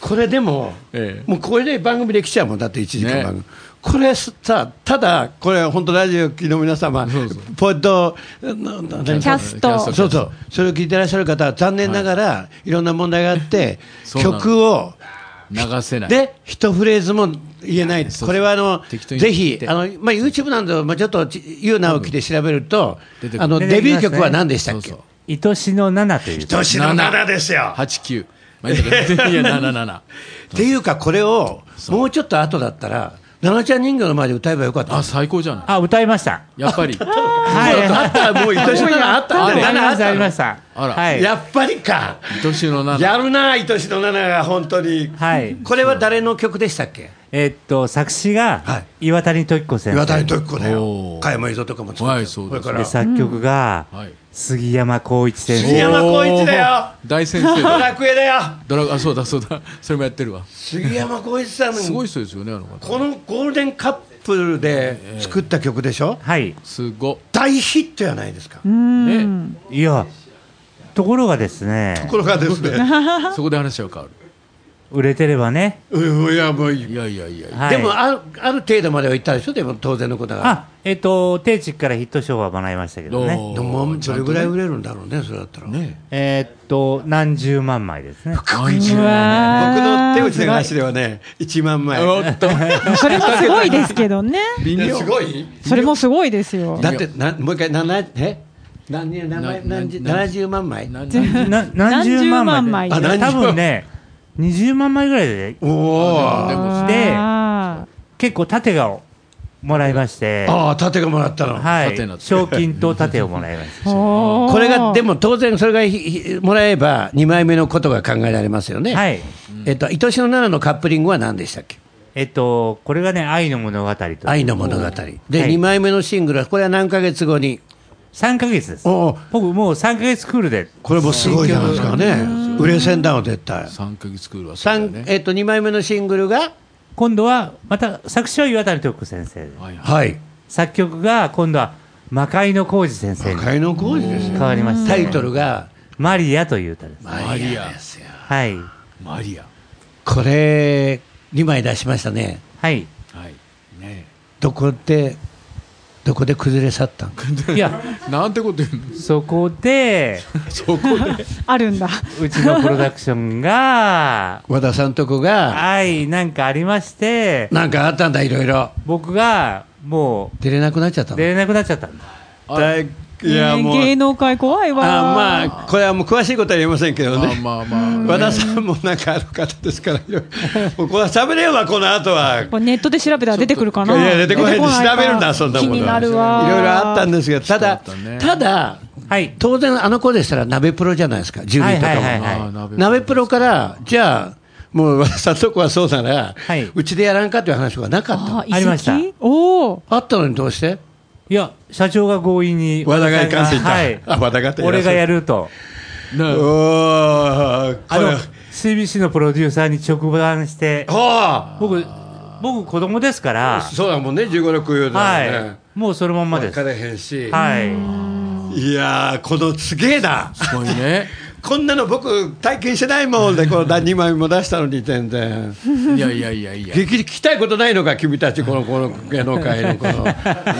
これでも、ええもうこれで番組できちゃうもんだって1時間ね番組、これさただこれ本当ラジオ機の皆様そうそうポッドなな何キャストキャストそうそうそれを聞いてらっしゃる方は残念ながら、い、ろんな問題があって そうなの曲を流せないで一フレーズも言えないそうそうこれはあの適当にぜひ言あの、まあ、YouTube なんで、まあ、ちょっとち「ゆうなおき」で調べると、出てくるあの出てデきビュまーすね曲は何でしたそっうけそう愛しの7という年の7ですよ89まあいいんだ けどいや77っていうかこれをもうちょっと後だったら奈々ちゃん人形の前で歌えばよかったあ最高じゃないあ歌いましたやっ ぱりはいあったもう愛しの7あったあんりだましたありまよしたあらはいやっぱりか年の7やるな愛しの7が本当にはいこれは誰の曲でしたっけえーっと作詞はが岩谷時子先生、岩谷時子だよおー加山雄三とかも作はっいてそうこでれすからで作曲がはい杉山浩一先杉生山浩一だよおー大先生ドだラクエだよドラあそうだそうだそれもやってるわ杉山浩一さんすごい人ですよねあの方このゴールデンカップルで作った曲でしょはいすご大ヒットやないですかうーんねいやところがですねところがですねそこで話は変わ売れてればね、うんいやもういいるいやいやいやはい、でもあるある程度までは行ったでしょ、でも当然のことが。あえっ、と定地からヒット賞はもらいましたけどねおーでももうそれぐらいちゃん売れるんだろうね、それだったら。ね、えーっと何十万枚ですねとねう僕のわ手ー口の話ではね、1万枚。おっと それもすごいですけどね微いや妙すごいそれもすごいですよだってな、もう一回、ななえ何人何枚な何十な何十万枚なな何十万枚で何十万枚多分ね20万枚ぐらいでおおでもであ結構盾がもらいましてああ、盾がもらったの。は盾になっいて賞金と盾をもらいましーおーこれが、でも当然、それがひひもらえば、2枚目のことが考えられますよね。たはいえっと、愛しの奈々のカップリングは何でしたっけえっとこれがね愛の物語と愛の物語。で、はい2枚目のシングルは、これは何ヶ月後に。 3ヶ月ですおー僕もう3ヶ月クールでこれもすごいじゃないですかね。売れ線だわ、絶対。三ヶ月クールはそうだよ三ねえっと2枚目のシングルが、今度はまた作詞は岩谷徳子先生はいはいはい、作曲が今度は魔界の浩二先生に海の工事です変よ、わりましたタイトルが、マリアという歌ですマリアすよ、はいマリアこれ2枚出しましたねはい。はいねどこでどこで崩れ去ったんいや、えなんてこと言うのそこで、そこであるんだ。うちのプロダクションが、和田さんとこがはい、なんかありまして、なんかあったんだいろいろ僕が、も出れなくなっちゃったう、の出れなくなっちゃったんだ。だいいやねもう芸能界怖いわ。あまあこれはもう詳しいことは言えませんけどまあねまあま和あ田さんもなんかある方ですからいろいろもうこれは喋れよなこの後はやっぱネットで調べたら出てくるかな。いや出てこないんで調べるんだそんなもの気はになるわ。いろいろあったんですけどただそうだったねただはい。当然あの子でしたら鍋プロじゃないですか準備とかも、はいはいはいああ鍋鍋プロからじゃあもう和 田さんとこはそうなら、いうちでやらんかという話はなかったのあありました。遺跡おお。あったのにどうしていや、社長が強引に。和田がいかんって言った、はい。あ和田がって俺がやるると。なおーこあれの、CBC のプロデューサーに直談して、はあ僕、僕子供ですから、そうだもんね15六言うのはね、はい。もうそのまんまで分すか。れへんし、、はいやーこのすげえなすごいねこんなの僕体験してないもんでこの2枚も出したのに全然いやいやいやいや聞き聞きたいことないのか君たちこのこの芸能界のこのい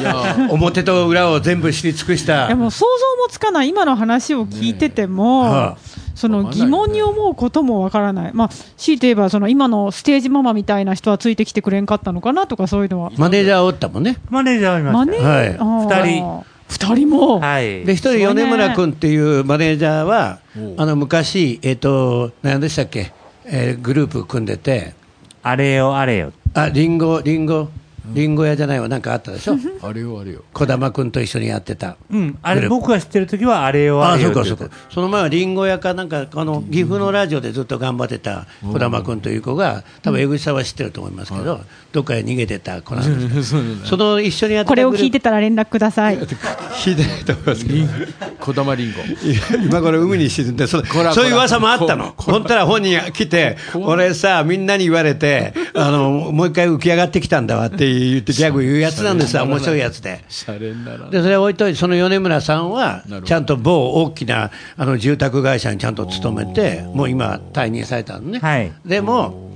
や表と裏を全部知り尽くしいやたもう想像もつかない今の話を聞いてても、ねえはあそわのかんな疑い問に思うこともわからない、まあ、強いて言えばその今のステージママみたいな人はついてきてくれんかったのかなとかそういうのは。マネージャーおったもんねマネージャーはいました。マネはいあー二人二人も、はい。で一人そうね米村君っていうマネージャーはおうあの昔えっ、と何でしたっけ、えーグループ組んでてあれよあれよ。あリンゴリンゴリンゴ屋じゃないわなんかあったでしょあれよあれよ児玉君と一緒にやってたうん、あグれ、ループ僕が知ってる時はあれよああれそうよってか言そっうてかその前はりんご屋かなんかあの岐阜のラジオでずっと頑張ってた児玉君という子が多分江口さんは知ってると思いますけどどっかへ逃げてた子なんですけど その一緒にやってたこれをグループ聞いてたら連絡ください。聞いてないと思いますけどリンこだまりんごいや今頃海に沈んでそこらそういう噂もあったのここら本当は本人が来て俺さみんなに言われてあのもう一回浮き上がってきたんだわって言ってギャグ言うやつなんですよ面白いやつで。シャレにならないでそれ置いといて、その米村さんはなるほど、ちゃんと某大きなあの住宅会社にちゃんと勤めて、もう今、退任されたのね、はいでも、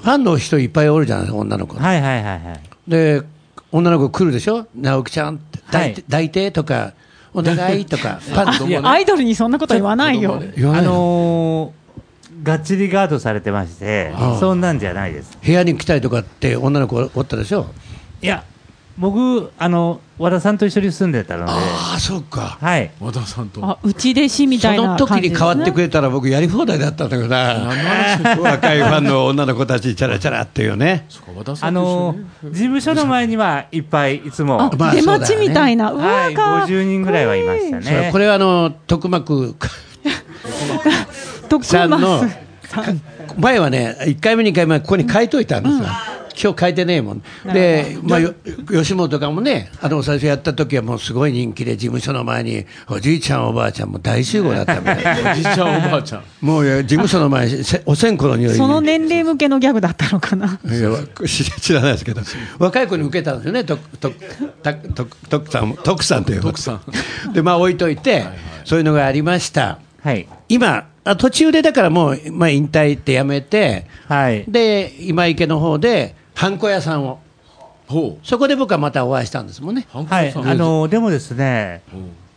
ファンの人いっぱいおるじゃないですか、女の子、はいはいはいはい。で、女の子来るでしょ、直樹ちゃんって、は抱いいて,、とか、お願いと か、パンどいやアイドルにそんなこと言わないよ。言わなあいののー、がっちりガードされてましてああ、そんなんじゃないです。部屋に来たりとかって、女の子おったでしょ、いや、僕、あの、和田さんと一緒に住んでたので、あ、そうか、はい。和田さんとあうち弟子みそたいなの感じ、ね、時に変わってくれたら、僕、やり放題だったんだけどな、 若いファンの女の子たち、チャラチャラっていうね。そうか和田さあんとの一緒にー、事務所の前にはいっぱい、いつもあ、、まあ出待そちうだよねみたいな、うわはい、か50人ぐらいはいましたそれねこ。れはあの徳間区徳さんの松さん 前はね1回目2回目はここに書いといたんですよ、今日書いてねえもんで、まあ、よ吉本とかもねあの最初やった時はもうすごい人気で事務所の前におじいちゃんおばあちゃんも大集合だったみたいな おじいちゃんおばあちゃんもう事務所の前にせお線香の匂いその年齢向けのギャグだったのかな。いや知知らないですけど若い子に受けたんですよね徳徳た徳徳さんも徳さんという徳さでまあ置いといて、そういうのがありましたはい。今あ途中でだからもう、まあ、引退ってやめてはい。で今池の方でハンコ屋さんをほそこで僕はまたお会いしたんですもんねうははい。あのー、でもですね、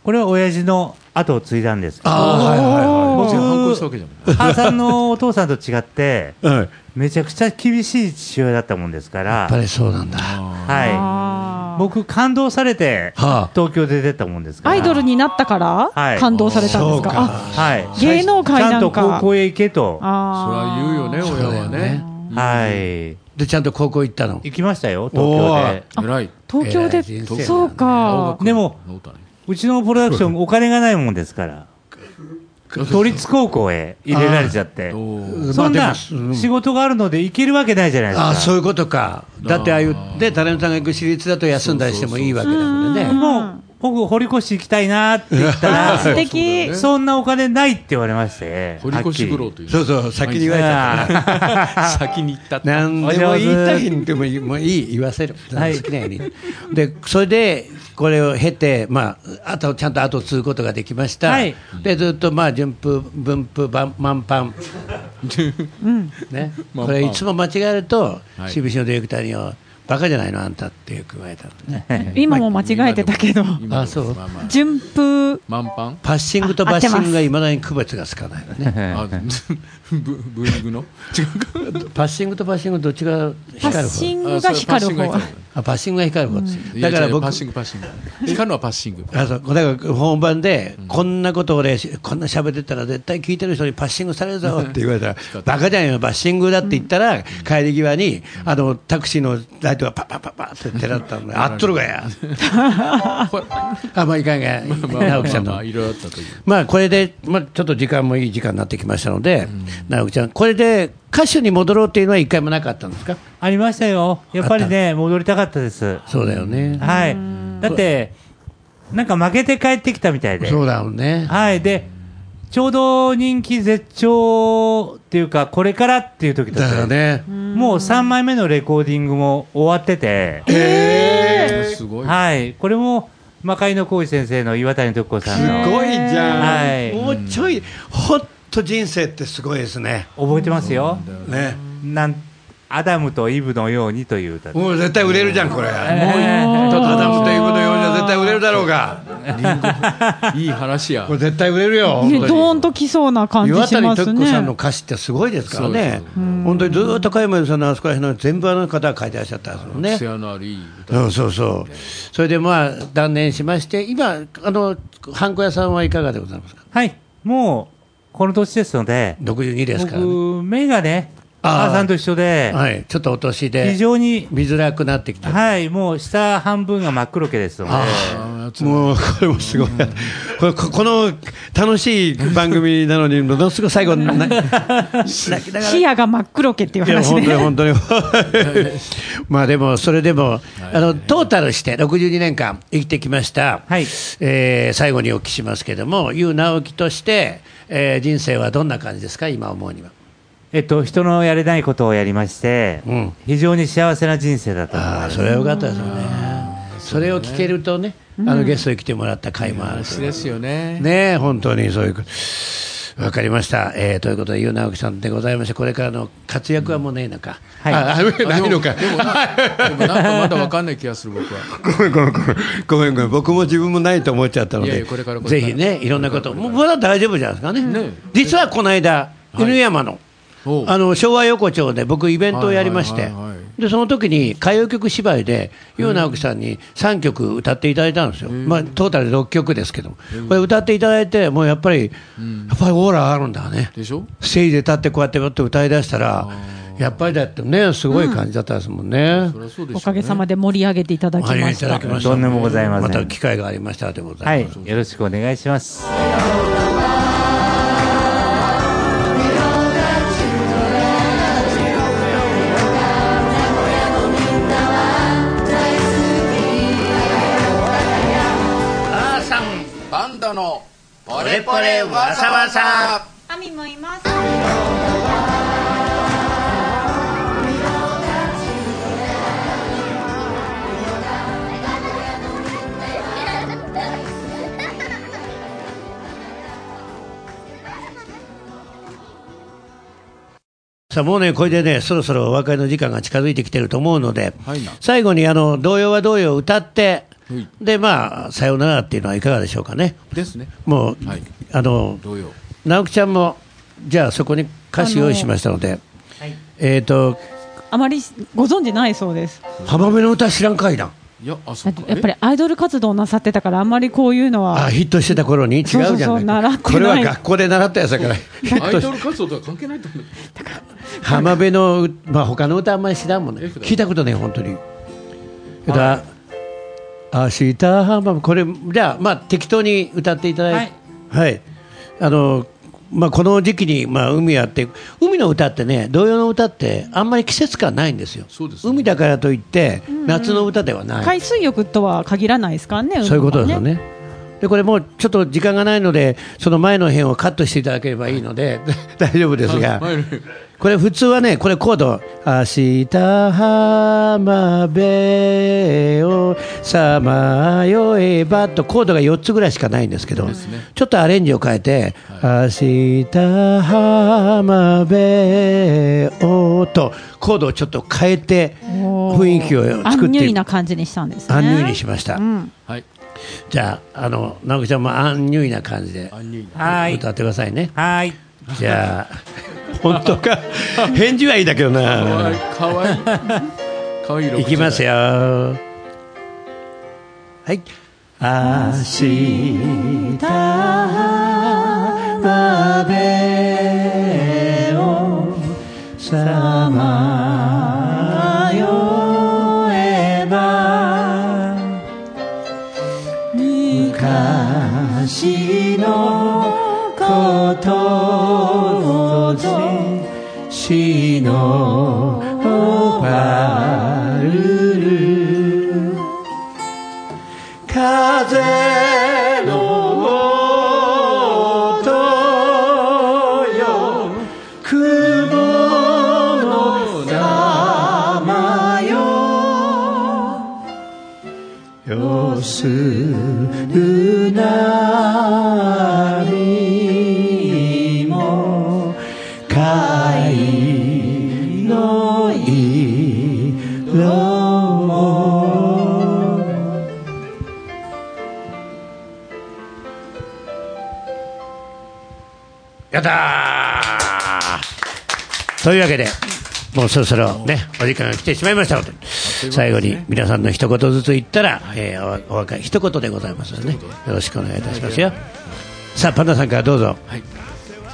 これは親父の後を継いだんです。あ僕僕反抗したわけじゃない母さんのお父さんと違って、あはいはい、うん、やっめちゃくちゃ厳しい父親だったもんですからぱ、りそうなんだははあーい、僕、感動されて、あ東京で出たもんですから、アイドルになったから、はい感動されたんですかそうかはい、あ芸能界ちゃなんんとか高校へ行けと、はそれは言うよねねそうだよね親はねい、でちゃんと高校行ったの行きましたよ、東京で。偉い東京偉でい人生だねそうかでもノータねうちのプロダクション、お金がないもんですから、都立高校へ入れられちゃって、おーそんまあなでもうん仕事があるので行けるわけないじゃないですあか。あそういうことかだってああいうでタレントさんが行く私立だと休んだりしてもいいわけだもんねもう僕、堀越行きたいなって言ったあー 素ら、敵そんなお金ないって言われまして、堀越五郎というそうそう先に言われちゃったね 先に行ったって 何でも言いたいんでもいいもういい言わせる、はい好きなようにでそれでこれを経て、まあ、あとちゃんと後を継ぐことができました、はいでずっと、まあ、順風分布万満帆、ね、満帆これいつも間違えると、はい CBC のディレクターにはバカじゃないのあんたってよく言われたのね今も間違えてたけど、今あそうまあまあ順風、満帆パッシングとバッシングがいまだに区別がつかないのねあブブーイング の違うかパッシングとバッシングどっちがパ光ッる方シングが光るあそうパッシン方グが光。るあパッシングが光る方です、い やだから違う僕パッシングパッシング光るのはパッ シングあそうだから本番で、こんなこと俺、こんな喋ってたら、絶対聞いてる人にパッシングされるぞって言われたら、バカじゃないの、バッシングだって言ったら、帰り際にあのタクシーのライトがパッパッパッパッって照らったので、あっとるがや、これまあ、まあいかんが、あまあま直あ樹ちゃんまのあい。ろいろあったというまあこれで、まあ、ちょっと時間もいい時間になってきましたので、直樹ちゃん、これで歌手に戻ろうっていうのは一回もなかったんですか ありましたよ。やっぱりね、戻りたかったです。そうだよね。はい。だって、なんか負けて帰ってきたみたいで。そうだよね。はい。で、ちょうど人気絶頂っていうか、これからっていう時だだったかよらね、もう3枚目のレコーディングも終わってて、すごいはい。これも、魔界の浩二先生の岩谷徳子さんの、ごいじゃん。はい。もうちょい、ほっと人生ってすごいですね。覚えてますよ。ね。なん、アダムとイブのようにという歌。もう絶対売れるじゃん、これ。えーただアダムとイブのようには絶対売れるだろうが。いい話やこれ絶対売れるよ。ね、ドーンときそうな感じ岩し谷ます時子ね。さんの歌詞ってすごいですからねそう、本当にずーっと加山さんのあそこら辺の全部あの方が書いてらっしゃったんですもんね。艶のあるいい歌そうそうそう、それでまあ断念しまして、今、あのハンコ屋さんはいかがでございますか、はい。もう、この年ですので、 62ですから、ね僕、目がね、あー母さんと一緒で、はい、ちょっとお年で非常に、見づらくなってきた、はい、もう下半分が真っ黒けですので、あーもう、これもすごい。これここの楽しい番組なのに、ものすごい最後、なな泣きながら視野が真っ黒けっていういや話本当にで。本当にまあでもそれでも、あのトータルして62年間生きてきました、はいえー最後にお聞きしますけども y o 直樹として、えー人生はどんな感じですか今思うにはえっと、人のやれないことをやりまして、うん非常に幸せな人生だと思いあまあす。それはよかったですよねそれを聞けるとね、あのゲストに来てもらった回もあるし、話ですよねねえ本当にそういうわかりました、えーということで y o 直樹さんでございましてこれからの活躍はもうねえのか、はいああないのかでもなでもなんかまだわかんない気がする僕はごめんごめんごめんごめんごめん僕も自分もないと思っちゃったのでいやいやこれからこれぜからひねいろんなこともうまだ大丈夫じゃないですかねね実はこの間、はい犬山のおうあの昭和横丁で僕イベントをやりまして、はいはいはいはでその時に歌謡曲芝居で楊直樹さんに3曲歌っていただいたんですよ、まあ、トータルで6曲ですけどもこれ歌っていただいてもうやっぱり、やっぱりオーラあるんだねでしょステージで立ってこうやってバッと歌いだしたらやっぱりだってねすごい感じだったですもんね、そりゃそうでしょおかげさまで盛り上げていただきまおした入りいただき。ましたとんでもございまません。た機会がありましたらでございます、はい、よろしくお願いします。バンドのポレポレわさわさアミもいます。さあもうね、これでね、そろそろお別れの時間が近づいてきてると思うので、はいな最後にあの、童謡は童謡を歌って、はいで、まあ、さようならっていうのはいかがでしょうかね。ですねもう、はいあの、同様直樹ちゃんも、じゃあそこに歌詞用意しましたので、えっ、と、あまりご存知ないそうです。浜辺の歌知らんかいな。いやあそだっっかてやっぱりアイドル活動なさってたから、あんまりこういうのあ、は。ヒットしてた頃に違うじゃないそうそうそう習ってないこれは学校で習ったやつだ から。えアイドル活動とは関係ないと思う浜辺の、まあ、他の歌あんまり知らんもんね F だ聞いたことね本当にだ明日浜辺これじゃあまあ適当に歌っていただいてはい、あのまあこの時期にまあ海やって海の歌ってね童謡の歌ってあんまり季節感ないんですよそうですね海だからといって夏の歌ではない、海水浴とは限らないですからね。そういうことですよ海は。ね。でこれもうちょっと時間がないのでその前の辺をカットしていただければいいので 大丈夫ですが前の辺ここれ普通はね、これコード、明日浜辺をさまよえばとコードが4つぐらいしかないんですけど、ちょっとアレンジを変えて、明日浜辺をとコードをちょっと変えて雰囲気をア作っンニュてイいくな感じにしたんですね。アンニュイにしました。うん、はいじゃあ、あの、直樹ちゃんもアンニュイな感じでアンニュイはい歌ってくださいね。はいじゃあ、本当か。 返事はいいだけどかわいな。いかわいいかわいいいきますよよ。はい。明日までをさまよえば昔のことぞ死のパルル風の音よ雲のさまよよする波も貝の色もやったーというわけで、もうそろそろね、お時間が来てしまいましたので、最後に皆さんの一言ずつ言ったら、えーおお別れ、一言でございますので、ね、よろしくお願いいたしますよ。さあ、パンダさんからどうぞ。はい、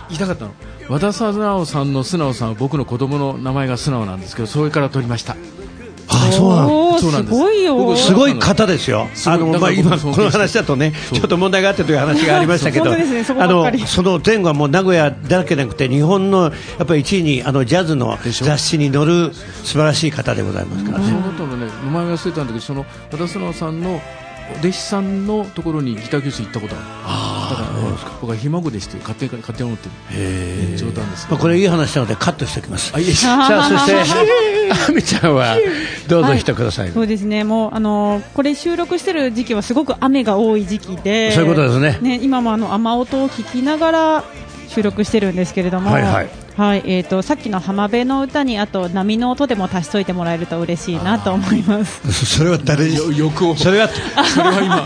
言いたかったの和田素直さんの素直さんは僕の子供の名前が素直なんですけどそれから取りましたああ、そうなのおーそうなすんですごいよ。僕す ごい方ですよ、すごあいのだまかあ、ら僕も今、尊敬この話してだとね、ちょっと問題があってという話がありましたけど、そうですねそこばあっかりのその前後はもう名古屋だけじゃなくて、日本のやっぱり1位にあのジャズのでしょ雑誌に載る素晴らしい方でございますからそのね、後のね名前忘れたんだけどその和田素直さんのお弟子さんのところにギター教室行ったことあるだから、ね、僕はひ孫でして勝手に勝手に思ってる冗談ですけまどあ、これ、いい話なので、カットしておきます。あいいですさあそして、あみちゃんはどうぞ一言最そ後、うですね。もうあのこれ収録してる時期はすごく雨が多い時期で、そういうことですねね今もあの雨音を聞きながら収録してるんですけれども、はいはいはいえっ、とさっきの浜辺の歌にあと波の音でも足しといてもらえると嬉しいなと思い ます。それは誰に、よ欲をそれは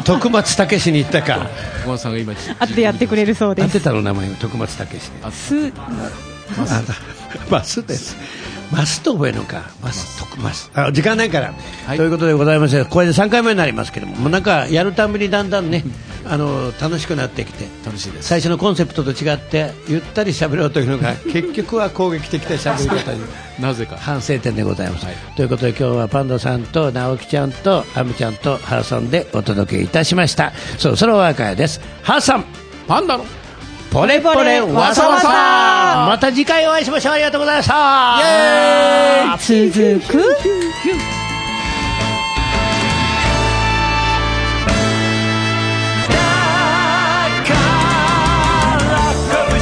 徳松武史に言ったか、小川さんが今あってやってくれるそう当でてす。たの名前を徳松武史で。すあマスです。マスと覚えるのか。マス、特マス。あ、時間ないから。はいということでございまして、これで3回目になりますけども、もうなんかやるたんびにだんだんね、あの、楽しくなってきて。楽しいです最初のコンセプトと違って、ゆったり喋ろうというの が、結局は攻撃的な喋り方に。なぜか反省点でございます、はいということで今日はパンダさんと直樹ちゃんとアムちゃんとハーさんでお届けいたしましたそろそろお別れですハーさんパンダのポレポレわさわさまた次回お会いしましょうありがとうございました続く。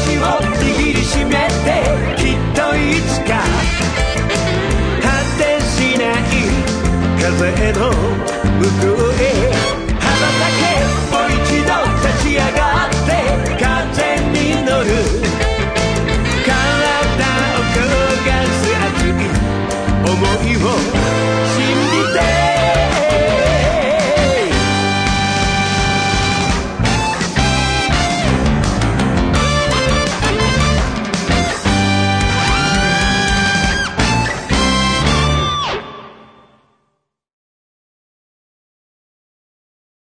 拳を握りしめてきっといつか果てしない風の向こう